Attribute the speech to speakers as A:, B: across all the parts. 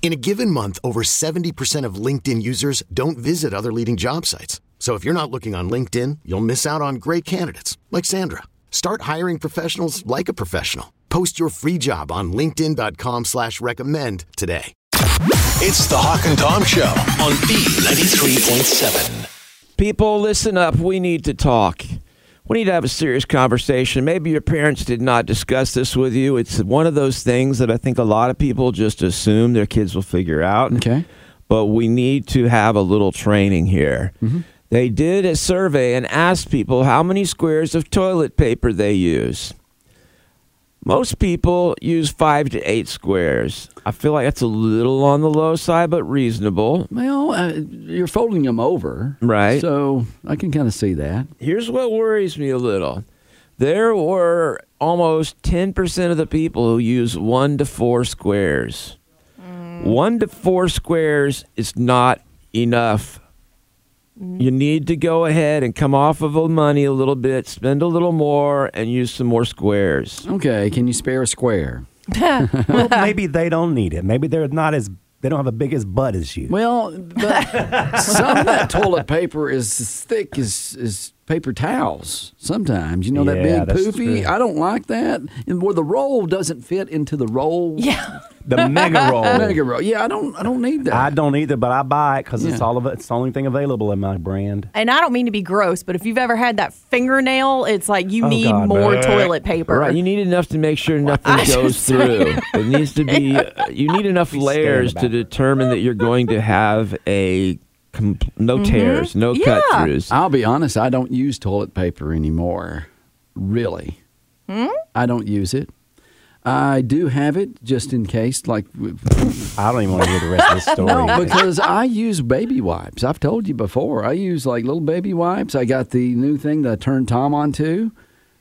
A: In a given month, over 70% of LinkedIn users don't visit other leading job sites. So if you're not looking on LinkedIn, you'll miss out on great candidates like Sandra. Start hiring professionals like a professional. Post your free job on LinkedIn.com slash recommend today.
B: It's the Hawk and Tom Show on B93.7.
C: People, listen up. We need to talk. We need to have a serious conversation. Maybe your parents did not discuss this with you. It's one of those things that I think a lot of people just assume their kids will figure out.
D: Okay.
C: But we need to have a little training here. They did a survey and asked people how many squares of toilet paper they use. Most people use five to eight squares. I feel like that's a little on the low side, but reasonable.
D: Well, uh, you're folding them over.
C: Right.
D: So I can kind of see that.
C: here's what worries me a little. There were almost 10% of the people who use one to four squares.
E: Mm.
C: One to four squares is not enough.
E: Mm.
C: You need to go ahead and come off of the money a little bit, spend a little more, and use some more squares.
D: Okay. Can you spare a square?
F: well, maybe they don't need it. Maybe they're not as they don't have a big as butt as you.
D: Well, but some of that toilet paper is as thick as, as paper towels sometimes. You know,
F: Yeah,
D: that big
F: that's
D: poofy.
F: true.
D: I don't like that. And where the roll doesn't fit into the roll. Yeah.
F: The mega roll.
D: Mega roll. Yeah, I don't I don't need that.
F: I don't either, but I buy it because it's
D: Yeah.
F: all of it. It's the only thing available in my brand.
E: and I don't mean to be gross, but if you've ever had that fingernail, it's like you
F: Oh,
E: need
F: God,
E: more
F: bleh.
E: toilet paper.
C: Right, you need enough to make sure
E: I
C: nothing
E: just
C: goes through. It needs to be. uh, You need enough layers to
F: back.
C: determine that you're going to have a com- no tears, no
E: Mm-hmm. Yeah.
C: cut throughs.
D: I'll be honest, I don't use toilet paper anymore. Really. I don't use it. I do have it just in case, like
F: I don't even want to hear the rest of this story.
D: No, because I use baby wipes. I've told you before. I use like little baby wipes. I got the new thing that I turned Tom onto,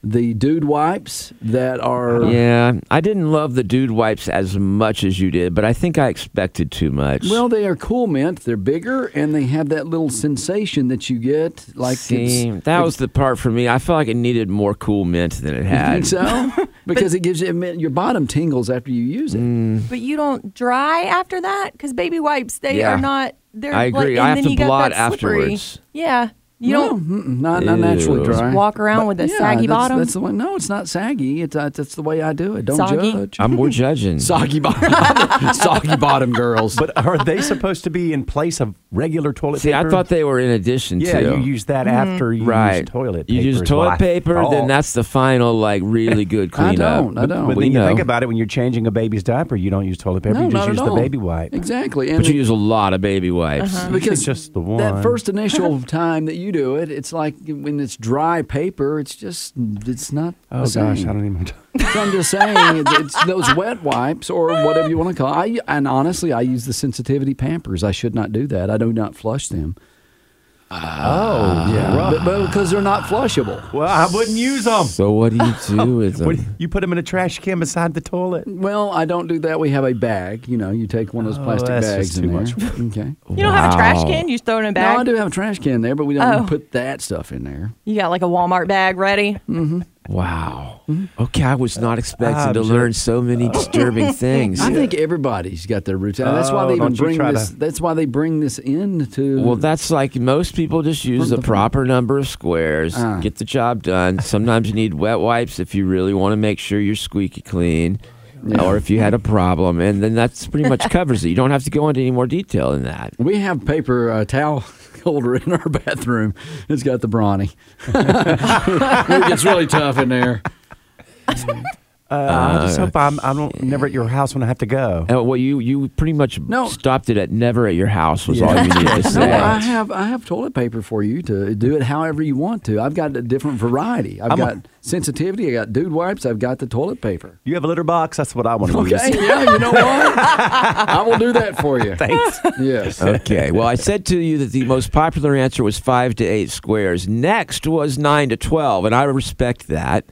D: the dude wipes that are.
C: Yeah, I didn't love the dude wipes as much as you did, but I think I expected too much.
D: Well, they are cool mint. They're bigger and they have that little sensation that you get. Like
C: see,
D: it's,
C: that was the part for me. I felt like it needed more cool mint than it
D: You think
C: had.
D: so? because it gives you your bottom tingles after you use it.
C: Mm.
E: But you don't dry after that because baby wipes they
C: Yeah.
E: are not. They're
C: I agree.
E: Like, and
C: I have
E: then
C: to
E: you got
C: blot
E: that slippery-
C: afterwards.
E: Yeah, you
D: no,
E: don't
D: mm-mm, not, not naturally
C: Ew.
D: dry.
E: walk around with a
D: Yeah, that's,
E: saggy bottom.
D: That's the way. No, it's not saggy. It's uh, that's the way I do it. Don't
E: Soggy?
D: judge.
C: I'm more judging.
D: soggy bottom, soggy bottom girls.
F: but are they supposed to be in place of regular toilet
C: See,
F: paper?
C: I thought they were in addition
F: Yeah,
C: to.
F: you use that after you
C: right.
F: use toilet paper.
C: You use
F: is what I
C: toilet paper, then
F: thought.
C: that's the final, like, really good
D: I
C: cleanup.
D: don't. I don't.
F: But
C: we
F: then you
C: know.
F: think about it when you're changing a baby's diaper, you don't use toilet paper.
D: no,
F: you just
D: not
F: use
D: at
F: the
D: all.
F: baby wipe.
D: Exactly. And
C: But you
D: it-
C: use a lot of baby wipes.
D: because
F: just the
D: That
F: one.
D: first initial time that you do it, it's like when it's dry paper. It's just it's not.
F: Oh
D: the
F: gosh, I
D: same.
F: don't even.
D: So I'm just saying it's, it's those wet wipes or whatever you want to call. It. I and honestly, I use the sensitivity Pampers. I should not do that. I do not flush them. Ah,
F: Oh yeah.
D: but, but because they're not flushable.
F: Well, I wouldn't use them.
C: So what do you do with them?
F: What, you put them in a trash can beside the toilet.
D: Well, I don't do that. We have a bag. You know, you take one of those
F: Oh,
D: plastic
F: that's
D: bags
F: just
D: in
F: too
D: there.
F: much
D: Okay.
E: you don't have a trash
C: Wow.
E: can. You just throw it in a
D: No,
E: bag.
D: I do have a trash can there, but we don't
E: Oh.
D: put that stuff in there.
E: You got like a Walmart bag ready.
C: Wow.
F: Mm-hmm.
C: Okay, I was not expecting to
F: Object.
C: learn so many disturbing things.
D: I think everybody's got their routine. that's why
F: Oh,
D: they even
F: don't you
D: bring
F: try
D: this.
F: to-
D: That's why they bring this in to.
C: Well, that's like most people just use the proper number of squares,
D: Uh.
C: get the job done. Sometimes you need wet wipes if you really want to make sure you're squeaky clean or if you had a problem. And then that's pretty much covers it. You don't have to go into any more detail than that.
D: we have paper uh, towel holder in our bathroom. It's got the brawny. it gets really tough in there.
F: Uh, I just hope I'm, I don't never at your house when I have to go.
C: Uh, well, you you pretty much
D: No.
C: stopped it at never at your house was all
F: Yeah.
C: you needed to
D: No,
C: say.
D: I have I have toilet paper for you to do it however you want to. I've got a different variety. I've
F: I'm a-
D: got sensitivity. I got dude wipes. I've got the toilet paper.
F: You have a litter box. That's what I want to
D: Okay,
F: use.
D: yeah, you know what? I will do that for you.
F: Thanks.
D: Yes.
C: okay. Well, I said to you that the most popular answer was five to eight squares. Next was nine to 12, and I respect that.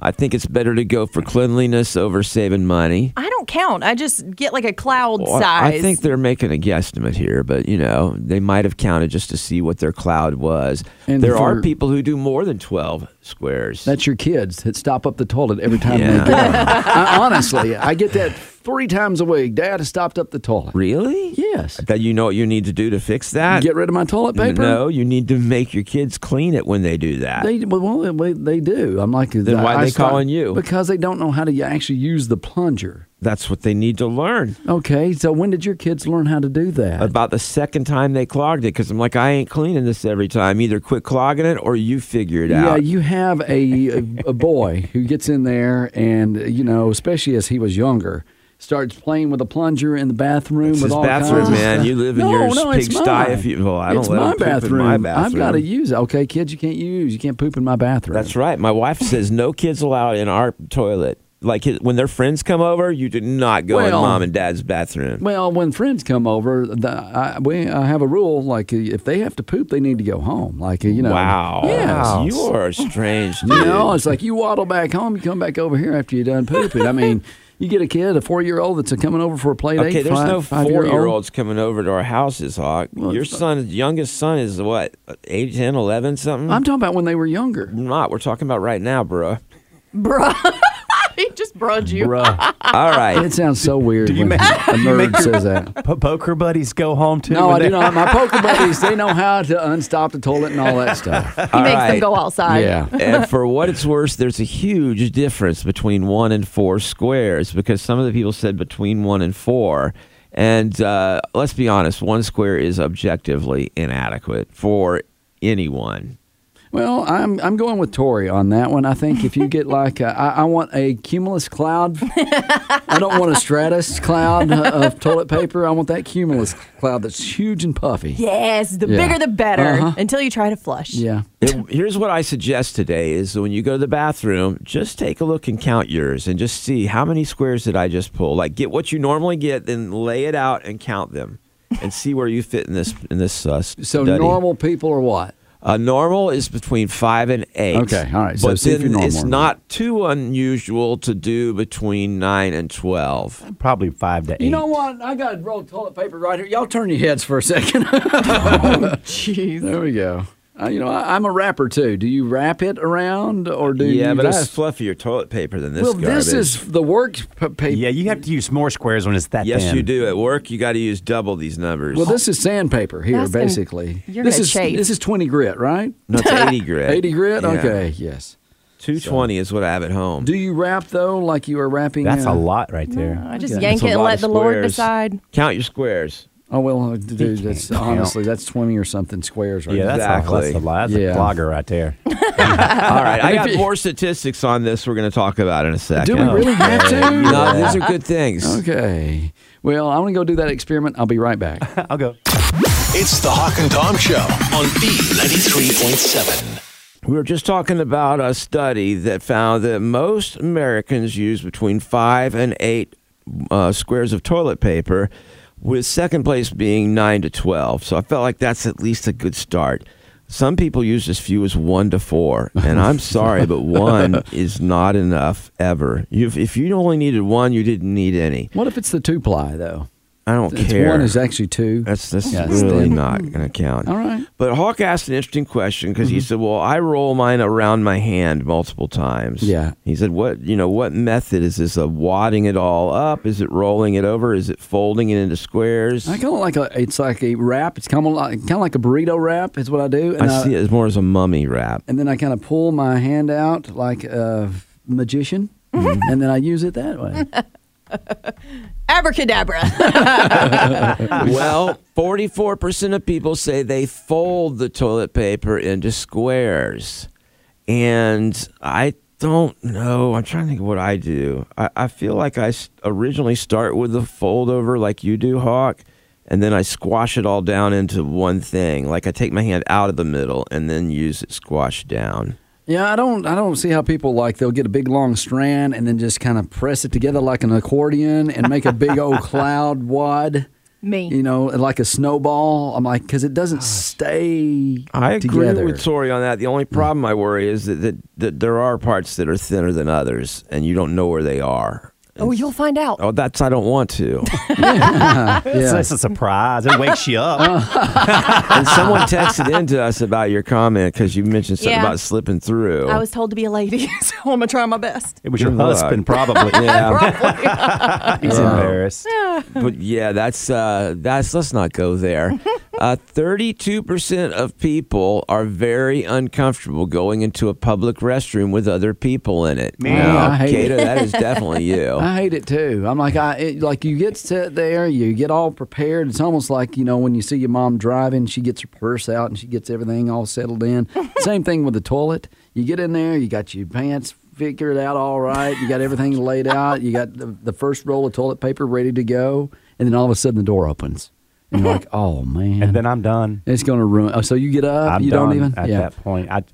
C: I think it's better to go for cleanliness over saving money.
E: I don't count. I just get like a cloud
C: Well, I-
E: size.
C: I think they're making a guesstimate here, but you know they might have counted just to see what their cloud was.
D: And
C: there
D: for-
C: are people who do more than twelve squares.
D: That's your kids that stop up the toilet every time
C: Yeah.
D: they get up. I, honestly, I get that three times a week. Dad has stopped up the toilet.
C: really
D: Yes.
C: that you know what you need to do to fix that.
D: Get rid of my toilet paper?
C: No, you need to make your kids clean it when they do that.
D: They well, they, they do. I'm like,
C: Then why
D: I
C: are they calling you?
D: Because they don't know how to actually use the plunger.
C: That's what they need to learn.
D: Okay, so when did your kids learn how to do that?
C: About the second time they clogged it, because I'm like, I ain't cleaning this every time. Either quit clogging it or you figure it
D: Yeah,
C: out.
D: you have a, a, a boy who gets in there, and you know, especially as he was younger, starts playing with a plunger in the bathroom
C: It's
D: with
C: his
D: all
C: bathroom,
D: kinds of
C: man.
D: stuff.
C: You live in
D: no,
C: your
D: no, it's
C: pigsty
D: mine.
C: if you- well, I don't
D: it's
C: let
D: my
C: him poop in
D: bathroom.
C: my
D: I've got to
C: bathroom.
D: use it. Okay, kids, you can't use. You can't poop in my bathroom.
C: That's right. My wife says no kids allowed in our toilet. Like his, when their friends come over, you do not go in
D: Well-
C: mom and dad's bathroom.
D: Well, when friends come over, the, I, we, I have a rule like uh, if they have to poop, they need to go home. Like uh, you know,
C: wow.
D: yeah,
C: You are strange.
D: You
C: dude.
D: know, it's like you waddle back home, you come back over here after you're done pooping. I mean, you get a kid, a four year old that's coming over for a play date.
C: Okay, there's
D: five-
C: no
D: five-year-old.
C: four-year-olds coming over to our houses, Hawk. Your son, youngest son, is what, 8, 10, 11, something?
D: I'm talking about when they were younger.
C: not. We're talking about right now, bro.
E: bruh. he just brudged you.
D: Uh,
F: Bruh.
C: All right.
D: It sounds so weird.
F: Do you
D: when
F: make-
D: a
F: you
D: nerd
F: make your-
D: says that?
F: Po- poker buddies go home too.
D: No,
F: when
D: I do
F: they-
D: not. My poker buddies, they know how to unstop the toilet and all that stuff.
E: He makes
C: right.
E: them go outside.
C: and for what it's worth, there's a huge difference between one and four squares because some of the people said between one and four. And uh, let's be honest, one square is objectively inadequate for anyone.
D: Well, I'm I'm going with Tori on that one. I think if you get like a, I, I want a cumulus cloud. I don't want a stratus cloud of toilet paper. I want that cumulus cloud that's huge and puffy.
E: Yes, the
D: Yeah.
E: bigger the better.
D: Uh-huh.
E: Until you try to flush.
D: Yeah.
C: It- here's what I suggest today is that when you go to the bathroom, just take a look and count yours and just see how many squares did I just pull. Like get what you normally get, then lay it out and count them and see where you fit in this in this uh,
D: So
C: study.
D: normal people are what?
C: A normal is between five and eight.
D: Okay, all right, so
C: but
D: see if
C: then
D: you're
C: it's
D: normal.
C: not too unusual to do between nine and twelve.
F: Probably five to eight.
D: You know what? I got rolled toilet paper right here. Y'all turn your heads for a second.
E: Jeez.
D: there we go. Uh, you know, I, I'm a rapper too. Do you wrap it around or do you
C: yeah, but
D: just,
C: it's fluffier toilet paper than this.
D: well,
C: garbage.
D: this is the work p- paper.
F: Yeah, you have to use more squares when it's that
C: Yes,
F: thin.
C: you do at work. You got to use double these numbers.
D: Well, this is sandpaper here,
E: That's gonna-
D: basically.
E: you're
D: this
E: gonna
D: is
E: chafe.
D: this is 20 grit, right?
C: no, it's eighty grit.
D: 80 grit.
C: Yeah.
D: Okay, yes.
C: Two twenty is what I have at home.
D: Do you wrap though, like you are wrapping?
F: That's
D: uh,
F: a lot right there.
E: I just
D: Okay.
E: yank
C: That's a
E: it and
C: lot
E: let
C: of
E: the Lord
C: squares.
E: decide.
C: Count your squares.
D: Oh well, uh, dude, that's
F: can't
D: honestly that's 20 or something squares right
F: yeah,
D: there.
F: that's, a,
C: Exactly.
F: that's a lot. That's
D: Yeah.
F: a clogger right there.
C: All right, I
D: if
C: got
D: you-
C: more statistics on this. We're going to talk about in a
D: Do
C: second.
D: we really have to?
C: No, these are good things.
D: Okay. Well, I'm going to go do that experiment. I'll be right back.
F: I'll go.
B: It's the Hawk and Tom Show on B93.7.
C: We were just talking about a study that found that most Americans use between five and eight uh, squares of toilet paper, with second place being nine to 12. So I felt like that's at least a good start. Some people use as few as one to four, and I'm sorry, but one is not enough ever. You've, if you only needed one, you didn't need any.
D: What if it's the two ply though?
C: I don't
D: It's
C: care.
D: one is actually two.
C: That's that's
D: Yeah, that's
C: really
D: deep.
C: not going to count.
D: All right. Mm-hmm.
C: But Hawk asked an interesting question because he said, "Well, I roll mine around my hand multiple times."
D: Yeah.
C: He said, "What you know? What method is this? Of wadding it all up? Is it rolling it over? Is it folding it into squares?"
D: I kind of like a. It's like a wrap. It's kind of like kind of like a burrito wrap. Is what I do. And
C: I see it as more as a mummy wrap.
D: And then I kind of pull my hand out like a magician,
C: Mm-hmm.
D: and then I use it that way.
E: Abracadabra.
C: well, forty-four percent of people say they fold the toilet paper into squares, and I don't know. I'm trying to think of what I do. I, I feel like I s- originally start with the fold over like you do, Hawk, and then I squash it all down into one thing. Like I take my hand out of the middle and then use it squash down.
D: Yeah, I don't I don't see how people like they'll get a big long strand and then just kind of press it together like an accordion and make a big old cloud wad.
E: Me.
D: You know, like a snowball. I'm like cuz it doesn't stay
C: I agree
D: together.
C: with Tori on that. The only problem I worry is that, that, that there are parts that are thinner than others, and you don't know where they are.
E: Oh, you'll find out.
C: Oh, that's I don't want to.
F: It's,
D: yeah. Uh,
F: it's a surprise. It wakes you up.
C: and someone texted in to us about your comment because you mentioned something
E: Yeah.
C: about slipping through.
E: I was told to be a lady, so I'm gonna try my best.
F: It was your
C: Good luck.
F: husband, probably.
C: yeah,
F: He's embarrassed.
C: but yeah, that's uh, that's let's not go there. Uh, Thirty-two percent of people are very uncomfortable going into a public restroom with other people in it.
F: Man,
C: Now,
D: I hate
C: Kato, that is definitely
F: Oh.
C: you.
D: I hate it too. I'm like, I it, like you get set there, you get all prepared. It's almost like you know when you see your mom driving, she gets her purse out and she gets everything all settled in. Same thing with the toilet. You get in there, you got your pants figured out all right, you got everything laid out, you got the, the first roll of toilet paper ready to go, and then all of a sudden the door opens, and you're like, oh man,
F: And then I'm done.
D: it's gonna ruin. Oh, so you get up,
F: I'm
D: you
F: done
D: don't even.
F: at that point. I,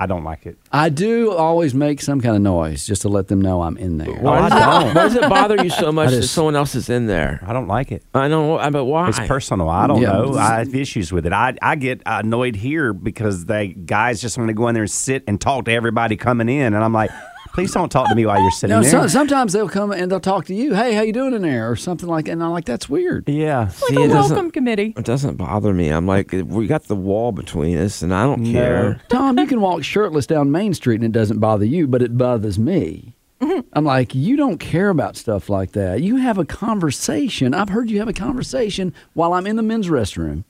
F: I don't like it.
D: I do always make some kind of noise just to let them know I'm in there.
F: No, I don't.
C: Why does it bother you so much
D: I
C: that
D: just-
C: someone else is in there?
F: I don't like it.
C: I don't. know, But why?
F: It's personal. I don't
D: Yeah.
F: know. I have issues with it. I, I get annoyed here because they guys just want to go in there and sit and talk to everybody coming in, and I'm like, please don't talk to me while you're sitting
D: No,
F: there.
D: some, sometimes they'll come and they'll talk to you. Hey, how you doing in there, or something like. And I'm like, that's weird.
F: yeah.
C: See,
E: The
C: it doesn't-
E: welcome committee.
C: It doesn't bother me. I'm like, we got the wall between us, and I don't care.
D: Tom, you can walk shirtless down Main Street and it doesn't bother you, but it bothers me.
F: Mm-hmm.
D: I'm like, you don't care about stuff like that. You have a conversation. I've heard you have a conversation while I'm in the men's restroom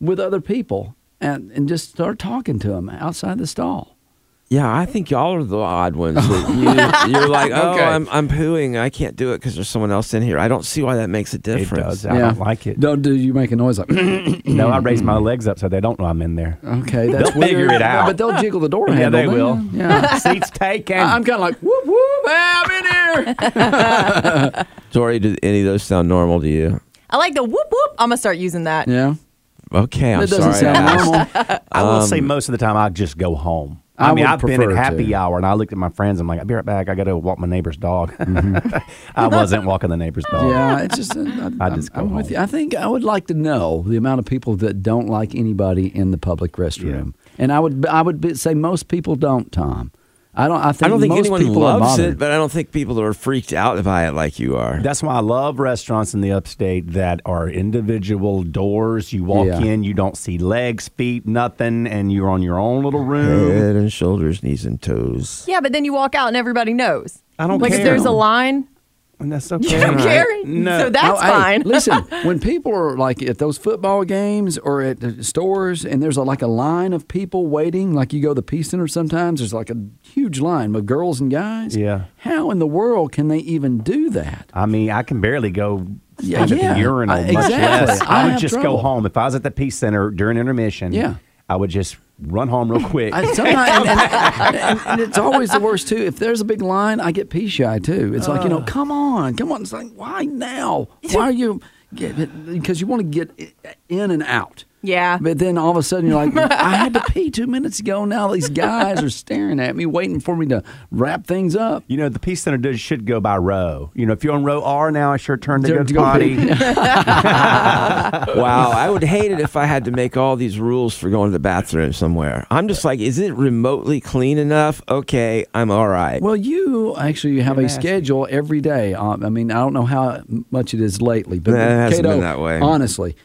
D: with other people, and and just start talking to them outside the stall.
C: Yeah, I think y'all are the odd ones. that you, you're like, oh,
D: Okay.
C: I'm, I'm pooing. I can't do it because there's someone else in here. I don't see why that makes a
F: It
C: difference.
F: does. I don't like it.
D: Don't do you make a noise like? okay,
F: No, I raise
C: Mm.
F: my legs up so they don't know I'm in there.
D: Uh, that's
F: They'll figure
D: weird.
F: it out.
D: But they'll jiggle the door
F: Yeah,
D: handle.
F: they
D: don't
F: will.
D: you? Yeah.
F: Seats taken.
D: I- I'm kind of like, whoop whoop, hey, I'm in here.
C: Tori, do any of those sound normal to you?
E: I like the whoop whoop. I'm gonna start using that.
D: Yeah.
C: Okay, I'm
D: that doesn't
C: sorry.
D: sound
C: I asked.
D: normal.
F: I will
C: Um,
F: say most of the time I just go home.
D: I
F: I, mean,
D: would
F: I've been at
D: prefer
F: happy
D: to.
F: hour and I looked at my friends. I'm like, I'll be right back. I got to walk my neighbor's dog. I wasn't walking the neighbor's dog.
D: Mm-hmm. yeah, it's just. I,
F: I
D: am
F: just go
D: with
F: home.
D: you. I think I would like to know the amount of people that don't like anybody in the public restroom, and I would I would be, say most people don't. Tom, I don't. I think
C: I don't think
D: most
C: anyone
D: people are
C: loves
D: bothered.
C: it, but I don't think people are freaked out by it like you are.
F: That's why I love restaurants in the upstate that are individual doors. You walk
D: Yeah.
F: in, you don't see legs, feet, nothing, and you're on your own little room.
C: Head and shoulders, knees and toes.
E: Yeah, but then you walk out and everybody knows.
F: I don't
E: like
F: care.
E: if there's a line,
F: And that's
E: you
F: okay.
E: don't care.
F: No.
E: So that's
D: Oh, hey,
E: fine.
D: listen, when people are like at those football games or at the stores, and there's a, like a line of people waiting, like you go to the Peace Center sometimes, there's like a huge line of girls and guys.
F: Yeah.
D: How in the world can they even do that?
F: I mean, I can barely go
D: Yeah,
F: stand at
D: yeah.
F: the urinal.
D: I-
F: much
D: exactly.
F: less.
D: I
F: I, would
D: have
F: just
D: trouble.
F: go home. If I was at the peace center during intermission,
D: Yeah.
F: I would just run home real quick.
D: I, sometimes, and, and- and- and it's always the worst too. If there's a big line, I get pee shy too. It's like you know, come on, come on. It's like why now? Why are you? Because you want to get i- in and out.
E: Yeah.
D: But then all of a sudden you're like, I had to pee two minutes ago. Now these guys are staring at me, waiting for me to wrap things up.
F: you know, the peace center does, should go by row. You know, if you're on row R now, it's your turn to
D: Turn
F: go
D: to
F: to
D: go
F: potty.
D: pee.
C: Wow, I would hate it if I had to make all these rules for going to the bathroom somewhere. I'm just like, is it remotely clean enough? Okay, I'm all right.
D: Well, you actually have a schedule every day. Um, I mean, I don't know how much it is lately, but
C: Nah, it hasn't
D: Kato,
C: been that way.
D: Honestly,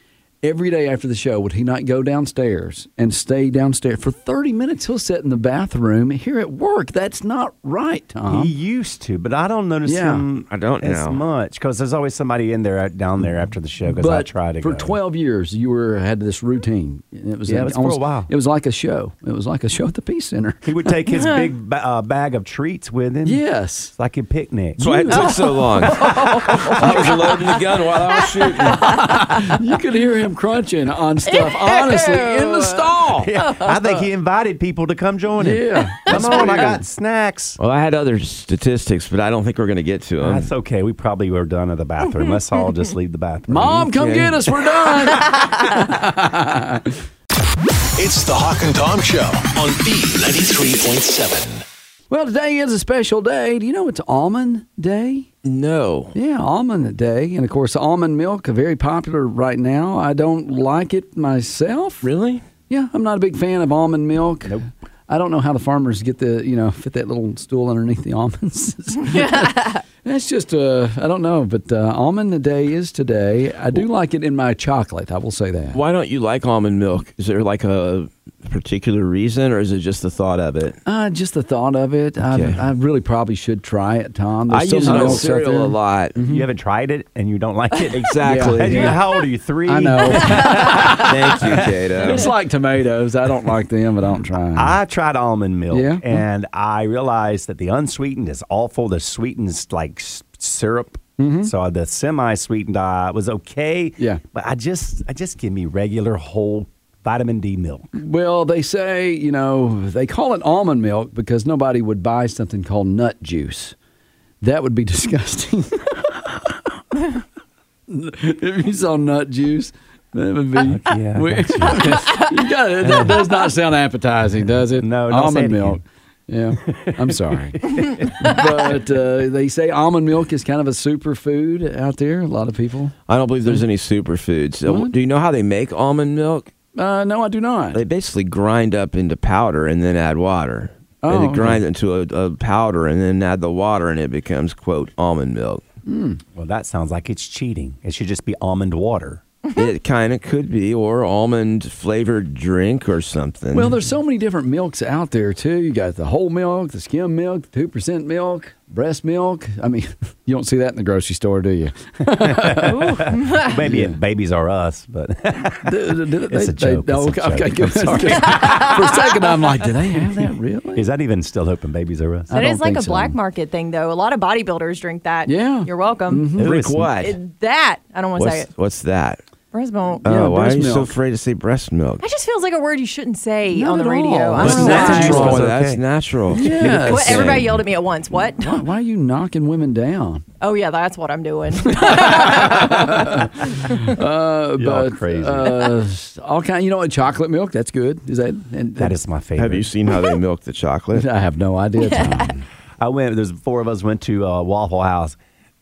D: every day after the show, would he not go downstairs and stay downstairs for thirty minutes? He'll sit in the bathroom here at work. That's not right, Tom.
F: He used to, but I don't notice
D: Uh-huh. Yeah.
F: him.
C: I don't
F: as
C: know.
F: much because there's always somebody in there down there after the show. Because
D: but
F: I try to
D: for
F: go.
D: twelve years, you were had this routine. and It was
F: Yeah,
D: like
F: it was for a
D: almost-
F: while.
D: It was like a show. It was like a show at the Peace Center.
F: He would take his big ba- uh, bag of treats with him.
D: Yes.
F: It's like a picnic.
C: So I took so long. I was loading the gun while I was shooting.
D: you could hear him him crunching on stuff, honestly, in the stall.
F: Yeah, I think he invited people to come join him.
D: Yeah.
F: Come on, I got snacks.
C: Well, I had other statistics, but I don't think we're going to get to them.
F: That's okay. We probably were done at the bathroom. Let's all just leave the bathroom.
D: Mom, come
C: Okay.
D: get us. We're done.
B: It's the Hawk and Tom Show on B93.7.
D: well, today is a special day. Do you know it's Almond Day?
C: No.
D: Yeah, almond day, and of course, almond milk are very popular right now. I don't like it myself.
C: Really?
D: Yeah, I'm not a big fan of almond milk. Nope. I don't know how the farmers get the you know fit that little stool underneath the almonds. That's just uh, I don't know, but uh, almond day is today. I do like it in my chocolate. I will say that.
C: Why don't you like almond milk? Is there like a particular reason, or is it just the thought of it?
D: Uh, just the thought of it,
C: Okay.
D: I, I really probably should try it, Tom. There's
C: I
D: so
C: use it
D: many
C: on
D: milks out there.
C: cereal a lot.
F: You haven't tried it and you don't like it.
C: Exactly.
F: And you- How old are you? Three.
D: I know.
C: Thank you, Kato.
D: it's like tomatoes. I don't like them, but I don't try. 'em.
F: I tried almond milk
D: Yeah.
F: and I realized that the unsweetened is awful. The sweetened's like s- syrup. So the semi-sweetened I was okay.
D: Mm-hmm. Yeah.
F: But I just I just give me regular whole vitamin D milk.
D: Well, they say, you know, they call it almond milk because nobody would buy something called nut juice. That would be disgusting. if you saw nut juice, that would be.
F: Yeah.
D: Ah, We- you got it. That does not sound appetizing, does it?
F: No, don't say it
D: almond milk. Yeah, I'm sorry, but uh, they say almond milk is kind of a superfood out there. A lot of people.
C: I don't believe there's any superfoods. Uh, Do you know how they make almond milk?
D: Uh, no, I do not.
C: They basically grind up into powder and then add water.
D: Oh,
C: they
D: okay.
C: grind it into a, a powder and then add the water, and it becomes quote almond milk.
F: Well, that sounds like it's cheating. It should just be almond water.
C: it kind of could be, or almond flavored drink or something.
D: Well, there's so many different milks out there too. You got the whole milk, the skim milk, two percent milk, breast milk. I mean, you don't see that in the grocery store, do you?
F: Maybe it babies are us, but
D: it's
F: a joke, it's a
D: oh, okay,
F: joke.
D: okay,
F: I'm
D: good. For a second, I'm like, do they have that really?
F: is that even still open? Babies are us.
D: I
E: That
D: don't
E: is like
D: think
E: a
D: so.
E: black market thing, though. A lot of bodybuilders drink that.
D: Yeah.
E: You're welcome.
C: drink what?
E: It- that, I don't want to say
C: what's,
E: it.
C: what's that?
E: Breast milk.
C: Oh, why are
D: breast
C: you so
D: milk.
C: afraid to say breast milk?
E: That just feels like a word you shouldn't say
D: Not
E: on the
D: at
E: radio.
D: all.
E: I
D: But
E: don't know
F: that's
C: Nothing's
E: why.
F: natural.
C: wrong with
F: It's
C: that.
F: okay.
C: That's natural.
D: Yes.
E: What, everybody yelled at me at once. What?
D: Why, why are you knocking women down?
E: Oh, yeah, that's what I'm doing.
D: Uh,
F: Y'all crazy.
D: uh, all kind. You know what? Chocolate milk. That's good. Is that? And
F: That is my favorite.
C: Have you seen how they milk the chocolate?
D: I have no idea. Tom.
F: I went. There's four of us went to uh, Waffle House.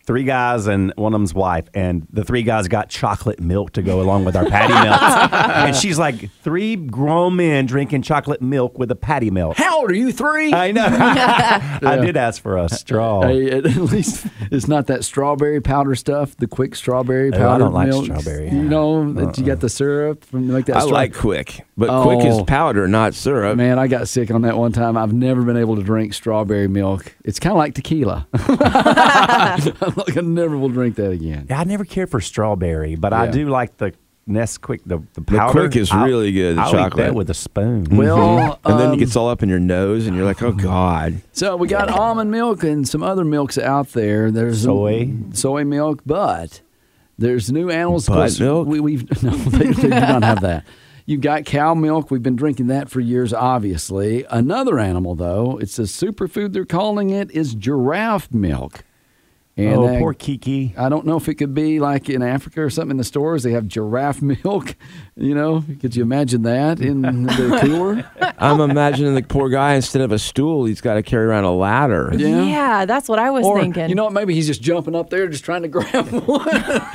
F: Three guys and one of them's wife, and the three guys got chocolate milk to go along with our patty melts. and she's like, three grown men drinking chocolate milk with a patty melt.
D: How old are you? Three.
F: I know. I did ask for a straw.
D: Hey, at least it's not that strawberry powder stuff. The quick strawberry
F: Oh, I
D: powder.
F: don't like
D: milk,
F: strawberry. Uh-uh.
D: You know that you got the syrup from like that.
C: I
D: straw-
C: like quick, but quick is
D: Oh.
C: powder, not syrup.
D: Man, I got sick on that one time. I've never been able to drink strawberry milk. It's kind of like tequila. I'm like, I never will drink that again.
F: I never cared for strawberry, but I
D: Yeah.
F: do like the Nesquik, the, the powder.
C: Quick is really good, the
F: I'll Eat
C: chocolate.
F: that with a spoon.
D: Mm-hmm. Well,
C: and then it
D: um,
C: gets all up in your nose, and you're like, oh God.
D: so we got almond milk and some other milks out there. There's
F: Soy.
D: soy milk, but there's new animals. Of
C: Butt
D: course,
C: milk?
D: We, we've no, they, they do not have that. You've got cow milk. We've been drinking that for years, obviously. Another animal, though, it's a superfood. They're calling it is giraffe milk. And
F: oh,
D: that-
F: poor Kiki.
D: I don't know if it could be like in Africa or something in the stores. They have giraffe milk. You know, could you imagine that in the cooler?
C: I'm imagining the poor guy, instead of a stool, he's got to carry around a ladder.
E: yeah. that's what I was
D: Or,
E: thinking.
D: you know what? Maybe he's just jumping up there, just trying to grab one,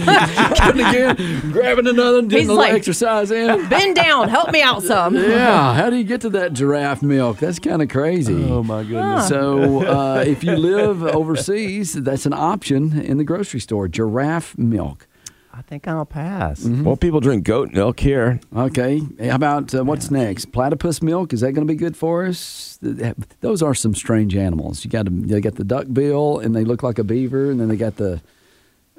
D: Jumping again, grabbing another, getting
E: He's
D: a little
E: like-
D: exercise in.
E: Bend down. Help me out some.
D: Yeah, how do you get to that giraffe milk? That's kind of crazy. Oh my goodness! So uh, if you live overseas, that's an option in the grocery store. Giraffe milk.
F: I think I'll pass.
C: Well, people drink goat milk here.
D: Okay. How about uh, what's next? Platypus milk is that going to be good for us? Th- Those are some strange animals. You got 'em- they got the duck bill and they look like a beaver, and then they got the.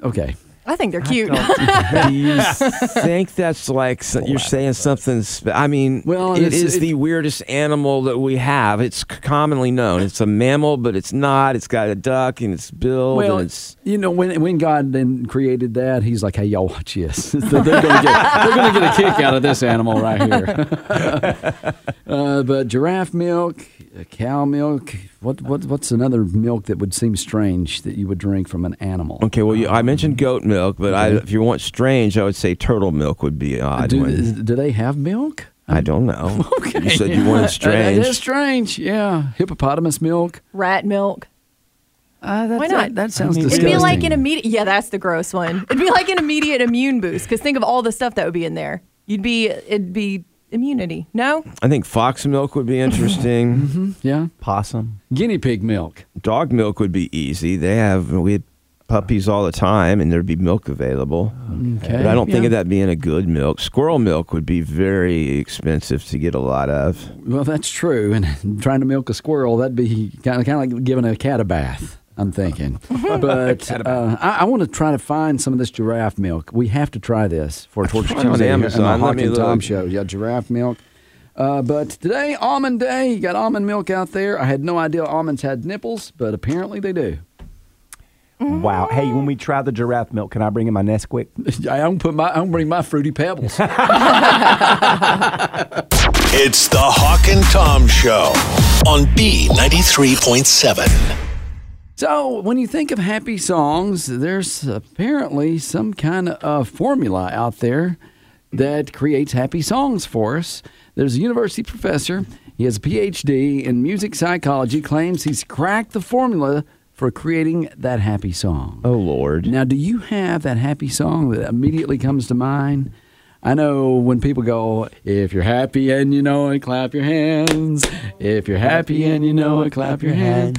D: Okay.
E: I think they're cute.
C: Do you think that's like s- you're saying something? Spe- I mean,
D: Well,
C: well,
D: and
C: it
D: it's-
C: is
D: it-
C: the weirdest animal that we have. It's c- commonly known. It's a mammal, but it's not. It's got a duck and it's billed.
D: Well,
C: and it's
D: you know, when when God then created that, He's like, "Hey, y'all, watch this. they're going to get a kick out of this animal right here." uh, but giraffe milk, uh, cow milk. What what what's another milk that would seem strange that you would drink from an animal?
C: okay. Well, you, I mentioned goat milk, but I, if you want strange, I would say turtle milk would be an odd.
D: Do,
C: one.
D: do they have milk?
C: I don't know. You said you wanted
D: That is
C: strange.
D: strange. Yeah, hippopotamus milk.
E: Rat milk.
D: Uh, that's,
E: Why not?
D: That, that sounds
F: mean,
E: It'd
D: disgusting.
E: be like an immediate. Yeah, that's the gross one. It'd be like an immediate immune boost because think of all the stuff that would be in there. You'd be. It'd be immunity. No.
C: I think fox milk would be
D: Mm-hmm.
C: interesting.
D: yeah,
F: Possum.
D: guinea pig milk.
C: Dog milk would be easy. They have we had puppies all the time, and there'd be milk available.
D: Okay,
C: But I don't think of that being a good milk. Squirrel milk would be very expensive to get a lot of.
D: Well, that's true. And trying to milk a squirrel, that'd be kind of, kind of like giving a cat a bath. I'm thinking, but uh, I, I want to try to find some of this giraffe milk. We have to try this for Torture
C: Try it on
D: Tuesday here and the
C: Amazon. Let
D: Hawk
C: me
D: and Tom
C: look.
D: show. Yeah, giraffe milk. Uh, but today, almond day. You got almond milk out there. I had no idea almonds had nipples, but apparently they do.
F: Wow. Hey, when we try the giraffe milk, can I bring in my Nesquik?
D: I don't put my. I don't bring my fruity pebbles.
B: It's the Hawk and Tom Show on B93.7.
D: So, when you think of happy songs, there's apparently some kind of uh, formula out there that creates happy songs for us. There's a university professor, he has a PhD in music psychology, claims he's cracked the formula for creating that happy song.
C: Oh Lord!
D: Now, do you have that happy song that immediately comes to mind? I know when people go, if you're happy and you know it, clap your hands. If you're happy and you know it, clap your hands.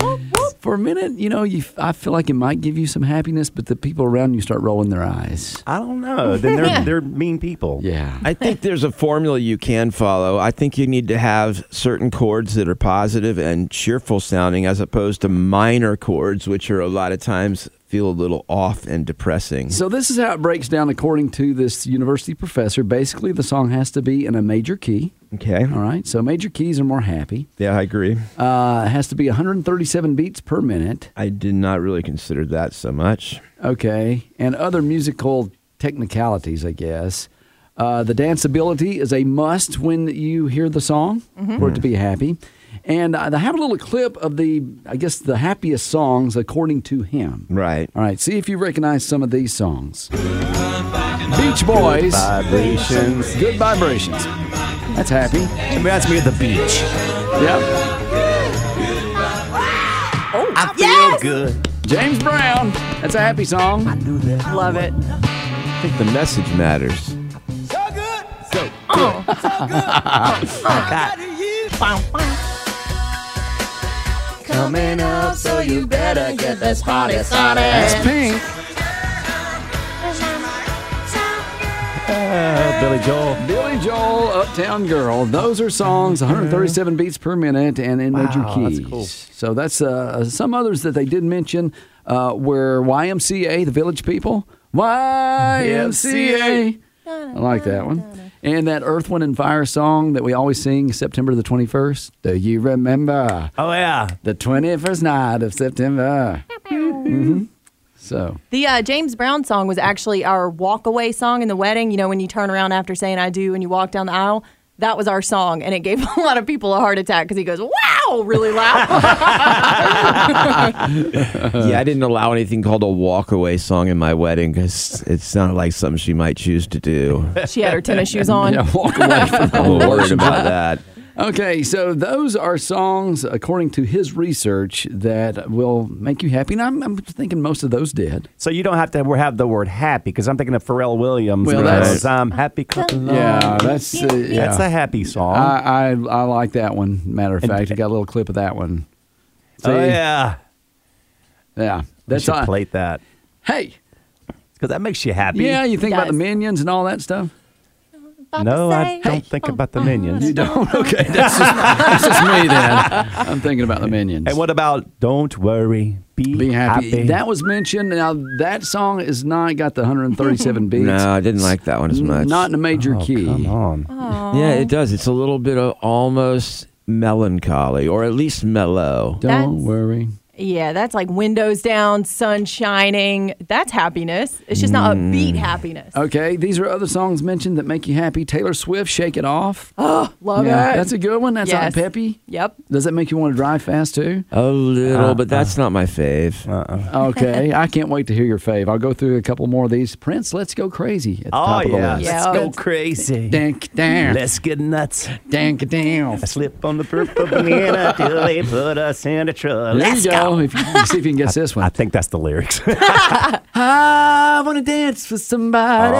D: For a minute, you know, you, I feel like it might give you some happiness, but the people around you start rolling their eyes.
F: I don't know. Then they're they're mean people.
D: Yeah.
C: I think there's a formula you can follow. I think you need to have certain chords that are positive and cheerful sounding, as opposed to minor chords, which are a lot of times feel a little off and depressing.
D: So this is how it breaks down according to this university professor. Basically, the song has to be in a major key.
C: Okay.
D: All right. So major keys are more happy.
C: Yeah, I agree.
D: Uh, it has to be 137 beats per minute.
C: I did not really consider that so much.
D: Okay. And other musical technicalities, I guess. Uh, the danceability is a must when you hear the song for it to be happy. And uh, I have a little clip of the, I guess, the happiest songs according to him.
C: Right.
D: All right, see if you recognize some of these songs Beach Boys,
F: Vibrations.
D: Good Vibrations. That's happy.
F: It reminds me of the beach.
D: Yep.
F: I feel good.
D: James Brown. That's a happy song.
E: Love it.
C: I think the message matters.
D: Coming up, so you better get this party started. That's pink.
F: Uh, Billy Joel.
D: Billy Joel, Uptown Girl. Those are songs, 137 beats per minute, and in major
F: Mm-hmm. Wow, that's
D: keys.
F: cool.
D: So that's uh, some others that they did mention uh, were YMCA, the Village People. YMCA. I like that one. And that Earth, Wind, and Fire song that we always sing September the 21st. Do you remember
F: Oh yeah.
D: the 21st night of September? Mhm. So,
E: The uh, James Brown song was actually our walk away song in the wedding. You know, when you turn around after saying I do and you walk down the aisle, that was our song. And it gave a lot of people a heart attack because he goes, wow, really loud.
D: Uh,
C: yeah, I didn't allow anything called a walkaway song in my wedding because it sounded like something she might choose to do.
E: she had her tennis shoes on.
D: yeah, walk away from
C: I'm a
D: the
C: little worried about that.
D: Okay, so those are songs, according to his research, that will make you happy. And I'm, I'm thinking most of those did.
F: So you don't have to have the word happy because I'm thinking of Pharrell Williams.
D: Well,
F: when
D: that's-
F: it goes, I'm happy. clapping along."
D: Yeah, that's uh, yeah. Uh,
F: That's a happy song.
D: I, I I like that one. Matter of fact, I got a little clip of that one. See?
F: oh yeah.
D: yeah.
F: They
D: That's
F: should
D: all.
F: plate that
D: Hey,
F: because that makes you happy.
D: yeah, you think about the
E: Does.
D: minions and all that stuff.
E: about
F: no,
E: to
F: I
E: say?
F: don't think about the minions.
D: You don't? Okay, that's just, that's just me then. I'm thinking about the minions.
F: And what about "Don't Worry, Be,
D: Be happy. That was mentioned. Now that song has not got the 137 beats.
C: No, I didn't like that one as
D: N-
C: much.
D: Not in a major key.
F: Come
E: Oh,
F: on.
C: yeah, it does. It's a little bit of almost melancholy, or at least mellow.
D: Don't
E: That's-
D: worry.
E: Yeah, that's like windows down, sun shining. That's happiness. It's just not upbeat happiness.
D: Okay, these are other songs mentioned that make you happy. Taylor Swift, "Shake It Off."
E: Love it.
D: that's a good one. That's
E: Yes.
D: on peppy.
E: Yep.
D: Does that make you want to drive fast too?
C: A little, but that's not my fave.
D: Uh, Okay, I can't wait to hear your fave. I'll go through a couple more of these. Prince, "Let's Go Crazy" at the
F: Oh
D: top of the
F: yeah.
D: list.
E: Yeah,
F: Let's go
E: that's-
F: crazy.
D: Dank down,
F: Let's get nuts.
D: dank down.
F: I slip on the purple banana till they put us in a truck.
D: There you go. If you, see if you can guess this
F: I
D: one.
F: think that's the lyrics.
D: I want to dance with somebody.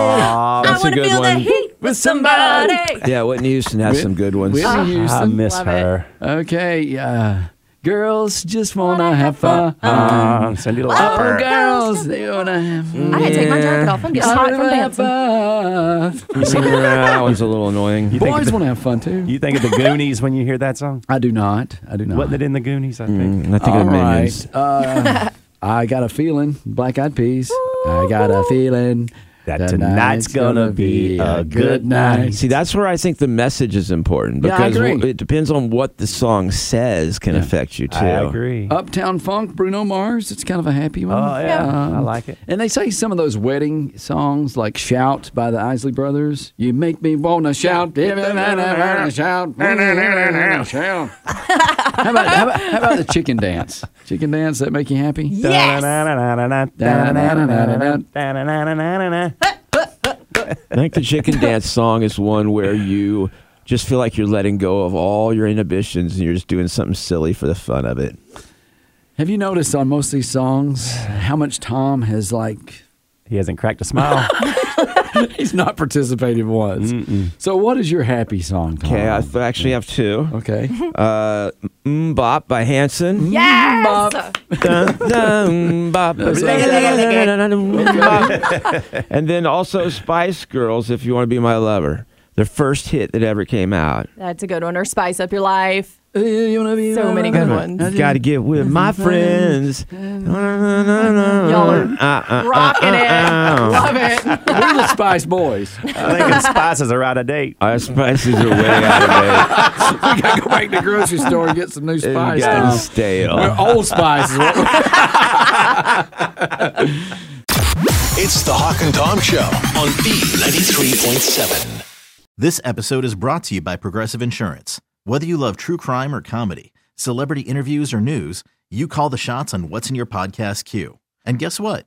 C: that's a
E: wanna
C: good
E: feel the
C: one.
E: heat with somebody.
C: Yeah, Whitney Houston has some good ones.
D: Whitney
F: I
D: Houston.
F: miss
E: Love it.
F: her.
D: Okay, uh, girls just wanna have fun.
F: Um, Cindy
D: Oh,
F: Lauper.
D: girls, Mm. they wanna have fun.
E: I gotta take my jacket off. I'm getting hot from
D: Wanna have
E: dancing.
D: fun.
C: Yeah, that one's a little annoying.
F: You think, of
D: Boys
F: the,
D: wanna have fun too.
F: you think of the Goonies when you hear that song?
D: I do not. I do not.
F: Wasn't it in the Goonies? I think.
C: I think
D: All
C: of minions.
D: right. Uh, I got a feeling, Black Eyed Peas. I got a feeling
F: That tonight's gonna be a good night.
C: See, that's where I think the message is important
D: Yeah, I
C: because
D: agree.
C: w- it depends on what the song says can affect you too.
F: I agree.
D: Uptown Funk, Bruno Mars. It's kind of a happy one.
F: Oh yeah, I like it.
D: And they say some of those wedding songs, like "Shout" by the Isley Brothers. You make me wanna shout, shout, shout. How about, how about how about the chicken dance? Chicken dance that make you happy?
E: Yes.
C: I think the chicken dance song is one where you just feel like you're letting go of all your inhibitions and you're just doing something silly for the fun of it.
D: Have you noticed on most of these songs how much Tom has like
F: He hasn't cracked a smile.
D: he's not participated once? So what is your happy song, Tom?
C: Okay, I f- actually have two.
D: okay.
C: Uh, M Bop by Hanson.
E: Yes.
C: Dun, dun, bop. and then also Spice Girls, if you want to be my lover. Their first hit that ever came out.
E: That's a good one. Or spice up your life.
D: Uh, You wanna be
E: So
D: my
E: many
D: lover?
E: good ones.
C: Gotta get with my friends. Uh,
E: Y'all are rocking it. Love it.
D: We're the Spice Boys.
F: I think the spices are out of date.
C: Our spices are way out
D: we gotta go back to the grocery store and get some new
C: of date.
D: spice.
C: Gotta
D: Tom.
C: stale.
D: Old Spice is what we're
B: It's the Hawk and Tom Show on B93.7.
G: This episode is brought to you by Progressive Insurance. Whether you love true crime or comedy, celebrity interviews or news, you call the shots on what's in your podcast queue. And guess what?